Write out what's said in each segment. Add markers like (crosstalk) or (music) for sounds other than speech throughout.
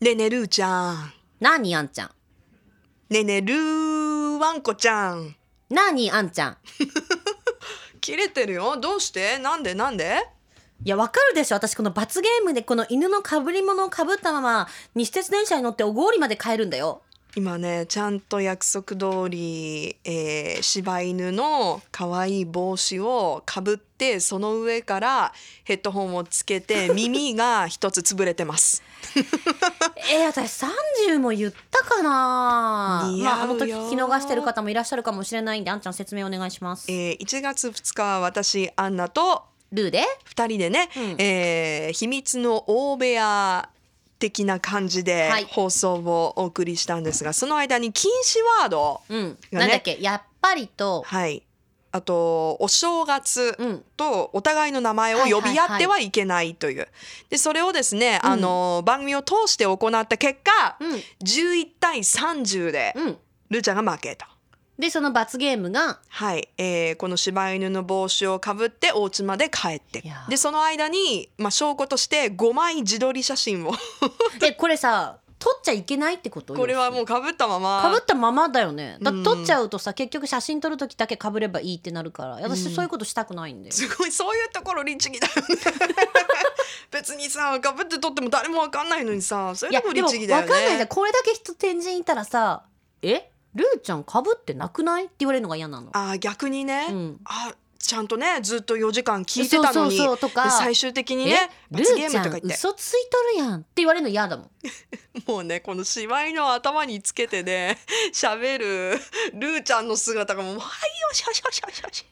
ねえねるーちゃん。なあにあんちゃん。ねえねるーわんこちゃん。なあにあんちゃん。切れてるよ。どうしてなんでなんでいや、わかるでしょ私、この罰ゲームで、この犬の被り物を被ったまま、西鉄電車に乗って小郡まで帰るんだよ。今ね、ちゃんと約束通り、えー、柴犬の可愛い帽子をかぶって、その上からヘッドホンをつけて、耳が一つ潰れてます。えー、私30も言ったかな似合うよまあ、あの時聞き逃してる方もいらっしゃるかもしれないんで、あんちゃん説明お願いします。えー、1月2日は私、アンナとルーで2人でね、うんえー秘密の大部屋的な感じではい放送をお送りしたんですが、その間に禁止ワード、うん。がねなんだっけやっぱりと、はい、あとお正月うん。とお互いの名前を呼び合ってはいけないという、でそれをですね、うんあの番組を通して行った結果うん。 11対30でうん。ルーちゃんが負けた。で、その罰ゲームが、はい、えーこの柴犬の帽子をかぶってお家まで帰っていやーでその間に、まあ、証拠として5枚自撮り写真をえ、これさ、取っちゃいけないってことこれはもうかぶったままかぶったままだよねだっうんて撮っちゃうとさ、結局写真撮る時だけかぶればいいってなるからう私んそういうことしたくないんだよ、すごいそういうところ律儀だよね (laughs) 別にさかぶって撮っても誰もわかんないのにさそいれやでもでも律分儀かんだよなねいじゃんこれだけ人天神いたらさ「えルーちゃんかぶってなくない?」って言われるのが嫌なの。あー逆にね、うん、あちゃんとねずっと4時間聞いてたのにそうそうそうとかで最終的にえねル罰ゲームーちとゃかん言って嘘ついとるやんって言われるの嫌だもんもうねこの芝居の頭につけてね (laughs) 喋るルーちゃんの姿がもう「はいよしよしよしよしよし」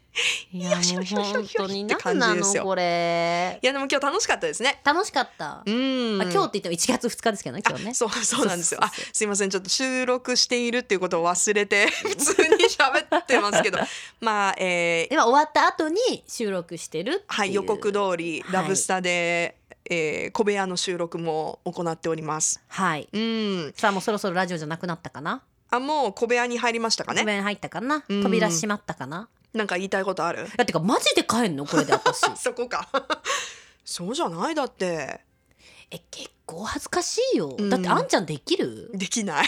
いやもう本当になななんなののここれいやでも今日楽しかったですね。楽しかった、うん。あ今日って言っても1月2日ですけどね今日ねあそうそうなんですよ。あそうそうそすいませんちょっと収録しているっていうことを忘れ (laughs) て普通に喋ってますけど、まあ、えーでは終わった後に収録してるっていうはい予告通りはいラブスタで、えー小部屋の収録も行っております。はいうん。さあもうそろそろラジオじゃなくなったかなあもう小部屋に入りましたかごね。めん入ったかなうん扉閉まったかななんか言いたいことある？だってかマジで帰んのこれで私 (laughs) そこか。そうじゃないだってえ結構恥ずかしいよ、うんだってあんちゃんできるでき (laughs) ない。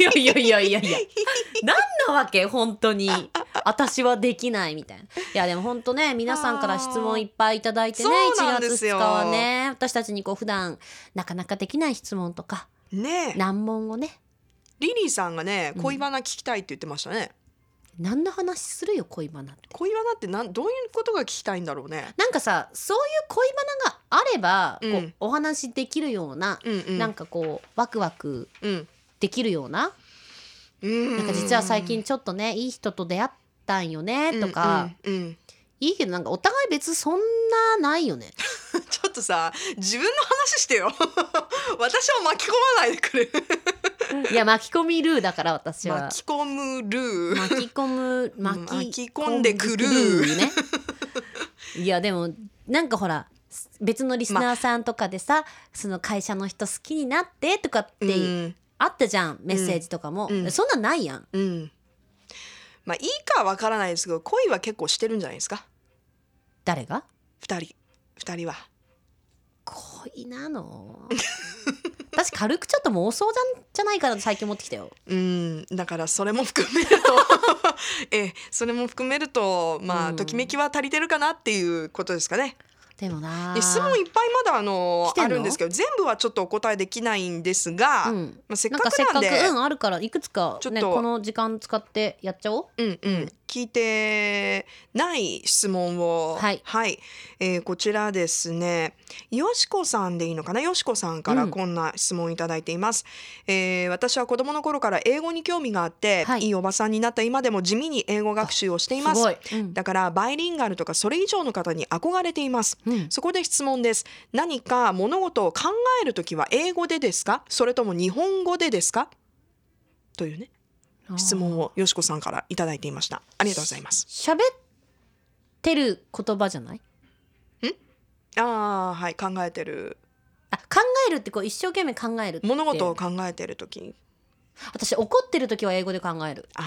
いやいやいやいやいや (laughs) 何なわけ本当に私はできないみたいないやでも本当ね皆さんから質問いっぱいいただいてそねうなん1で月す2よ日はね私たちにこう普段なかなかできない質問とかねえ難問をねリリーさんがねうん恋バナ聞きたいって言ってましたね。何の話するよ恋バナって恋バナってなんどういうことが聞きたいんだろうね。なんかさそういう恋バナがあれば、うんこうお話できるような、うんうん。なんかこうワクワクうん。できるようなななんか実は最近ちょっとねいい人と出会ったんよねとか、、うんうんうんいいけどなんかお互い別そんなない (laughs) よね。ちょっとさ自分の話してよ (laughs) 私を巻き込まないでくれいや巻き込みルーだから私は巻き込むルー巻き込む巻き巻き込んでくるーね。いやでもなんかほら別のリスナーさんとかでさ、その会社の人好きになってとかってうんあったじゃんメッセージとかも、うんそんなんないやん。うんまあいいかはわからないですけど恋は結構してるんじゃないですか誰が二人二人は恋なの私軽くちょっと妄想じゃんじゃないかなって最近思ってきたよ。うんだからそれも含めると (laughs) ええそれも含めるとまあ、うんときめきは足りてるかなっていうことですかねでもなで質問いっぱいまだあの来てんのあるんですけど全部はちょっとお答えできないんですが、うんまあ、せっなかんかくせっなかんくでうんあるからいくつかちょっねとこの時間使ってやっちゃおううんうん、聞いてない質問を、はいえーこちらですねよしこさんでいいのかなよしこさんからうんこんな質問いただいています、えー私は子供の頃から英語に興味があって、、はいいいおばさんになった今でも地味に英語学習をしていますすごい、うんだからバイリンガルとかそれ以上の方に憧れていますうんそこで質問です何か物事を考えるときは英語でですかそれとも日本語でですかというね質問をよしこさんからいただいていましたありがとうございます喋ってる言葉じゃないああはい考えてるあ考えるってこう一生懸命考えるって物事を考えてる時私怒ってる時は英語で考えるあ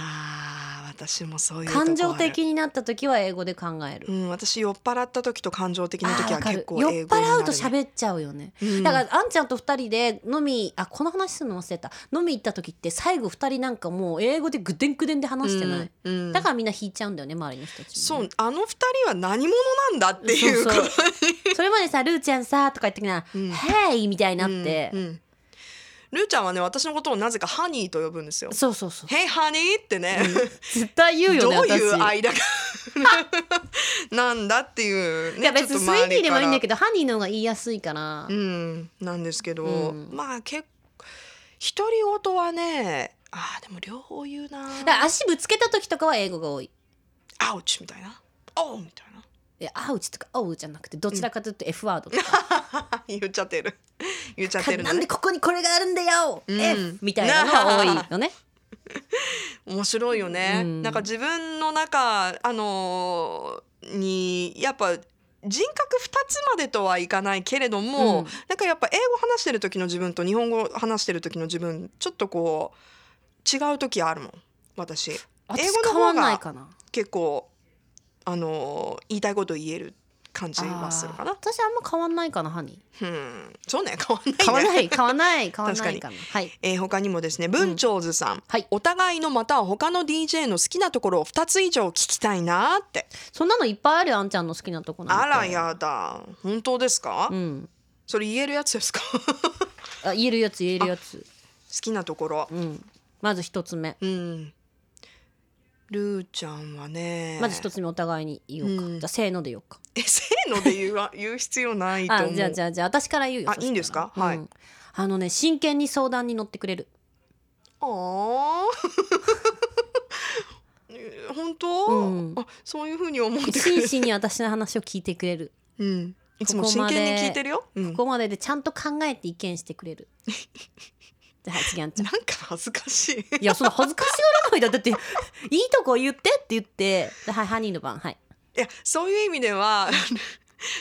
あ私もそういうとこある感情的になった時は英語で考えるう。ん私酔っ払った時と感情的な時あーはわか結る構英酔語っになる、ね、払うと喋っちゃうよね。うんだからあんちゃんと二人で飲みあこの話するの忘れた飲み行った時って最後二人なんかもう英語でぐでんぐでんで話してない、、うんうんだからみんな引いちゃうんだよね周りの人たちもそね、うあの二人は何者なんだっていうそこうとそうそれまでさ「ルーちゃんさ」とか言ってきな「うんヘイ!」みたいになって、うんうんルーちゃんはね私のことをなぜかハニーと呼ぶんですよ。そうそうそうヘイハニーってね、絶対言うどよねう私いう間が (laughs) なんだっていうねいや別にスイーティーでもいいんだけど、どハニーの方が言いやすいから、うん、なんですけど、うんまあ結構独り言はねあーでも両方言うなだから足ぶつけた時とかは英語が多いアウチみたいなオーみたいな「えアウチ」とか「オウ」じゃなくてどちらかというと F ワード (laughs) とか言っちゃってる言っちゃっかてるなのんでねここにこれがあるんだよ、うん F みたいなのが多いよね面白いよね、うんなんか自分の中あのーにやっぱ人格2つまでとはいかないけれども、うんなんかやっぱ英語話してる時の自分と日本語話してる時の自分ちょっとこう違う時あるもん私私英語の変わ方んないがかな結構あのー言いたいこと言える感じはするかあーな私あんま変わんないかなハニうんそうね変わんないねー変わんない変わ (laughs) んない変わんない確かかなはいえー他にもですね文鳥図さん、はいお互いのまたは他の DJ の好きなところを2つ以上聞きたいなってそんなのいっぱいあるよあんちゃんの好きなとこなんてあらやだ本当ですか、うんそれ言えるやつですか (laughs) 好あ言えるやつ言えるやつきなところうんまず一つ目うんルーちゃんはねまず一つ目お互いに言おうか、うんじゃあせーので言おうかえせーので言うわ言う必要ないとあ思うじゃあじゃあじゃあ私から言うよあそしたらいいんですかはいうんあのね真剣に相談に乗ってくれるあー (laughs) 本当、うんあそういうふうに思ってくれ真る、摯に私の話を聞いてくれるうん、いつもここ真まで剣に聞いてるよ、 (laughs) うん、ここまででちゃんと考えて意見してくれるじゃあはい次あんちゃんなんか恥ずかしいいやその恥ずかしがらないだだっていいとこ言ってって言ってではいハニーの番はい、いやそういう意味では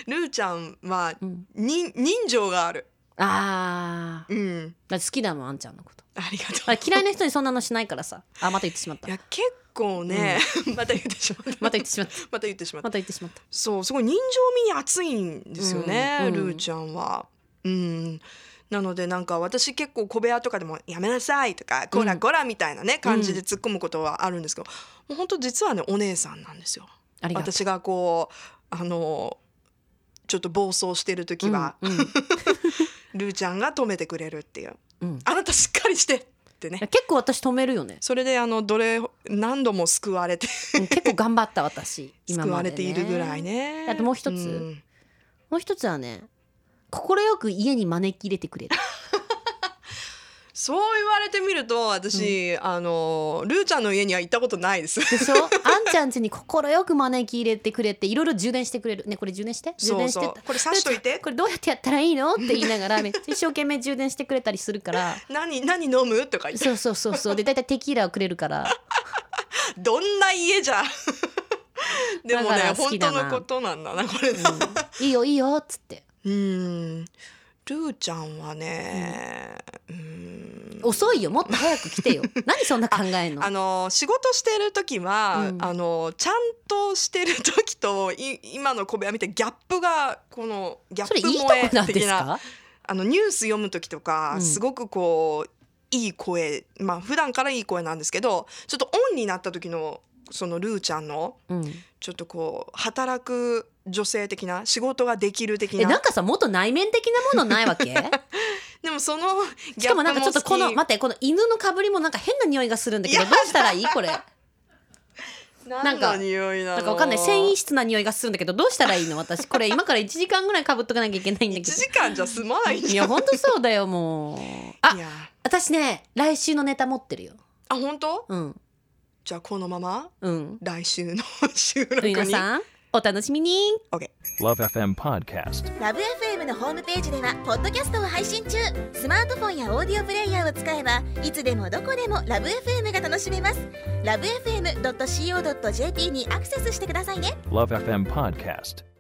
ルーちゃんはうん、人人情がある。あーうん。だって好きだもんあんちゃんのことありがとう。あ嫌いな人にそんなのしないからさあまた言ってしまったいや結構ね、 (laughs) また言ってしまった。また言ってしまったまた言ってしまっまた。た言ってしまったそうすごい人情味に熱いんですよね、うんルーちゃんは。うん。なのでなんか私結構小部屋とかでも「やめなさい」とか「こらこら」みたいなね感じで突っ込むことはあるんですけど、もう本当実はねお姉さんなんですよ。ありがとう私がこうあのちょっと暴走してる時は、うんルーちゃんが止めてくれるっていううんうんいあなたしっかりしてってねや結構私止めるよねそれであのどれ何度も救われて、うん結構頑張った私今救まわで、れね、ているぐらいねあともう一つんもう一つはね快く家に招き入れてくれるそう言われてみると私、あのルーちゃんの家には行ったことない (laughs) ですでしょあんちゃん家に快く招き入れてくれていろいろ充電してくれるねこれ充電して充そう電してそうこれ刺しといてこれどうやってやったらいいのって言いな (laughs) がらめっちゃ一生懸命充電してくれたりするから何何飲むとか言ってそうそうそうそうで大体テキーラをくれるからどんな家 (laughs) じゃでもだかねら好本き当だなのことなんだなこれな「いいよいいよ」っつってうんルーちゃんはね、うん「遅いよもっと早く来てよ何そんな考えんのあ」の仕事してる時は、うんあのちゃんとしてる時とい今の小部屋見てギャップがこのギャッそれいプいとこ萌えなんで的すなかあのニュース読む時とか、うんすごくこういい声まあ普段からいい声なんですけどちょっとオンになった時のそのルーちゃんのうん、ちょっとこう働く女性的な仕事ができる的えななんかさもっと内面的なものないわけでもそのしギャップかももなんかちょっとこの好き待ってこの犬のかぶりもなんか変な匂いがするんだけどいどうしたらいいこれなん何のか匂いなのなんかわかんない繊維質な匂いがするんだけどどうしたらいいの私これ今から1時間ぐらいかぶっとかなきゃいけないんだけ1時間じゃ済まないどいじゃんやほんとそうだよもう (laughs) あいや私ね来週のネタ持ってるよあ本当うんじゃあこのままうん来週の (laughs) 収録に皆さんお楽しみに OK Love FM Podcast. ラブ f m のホームページではポッドキャストを配信中スマートフォンやオーディオプレイヤーを使えばいつでもどこでもラブ f m が楽しめますラブ FM.co.jp にアクセスしてくださいね Love FM Podcast.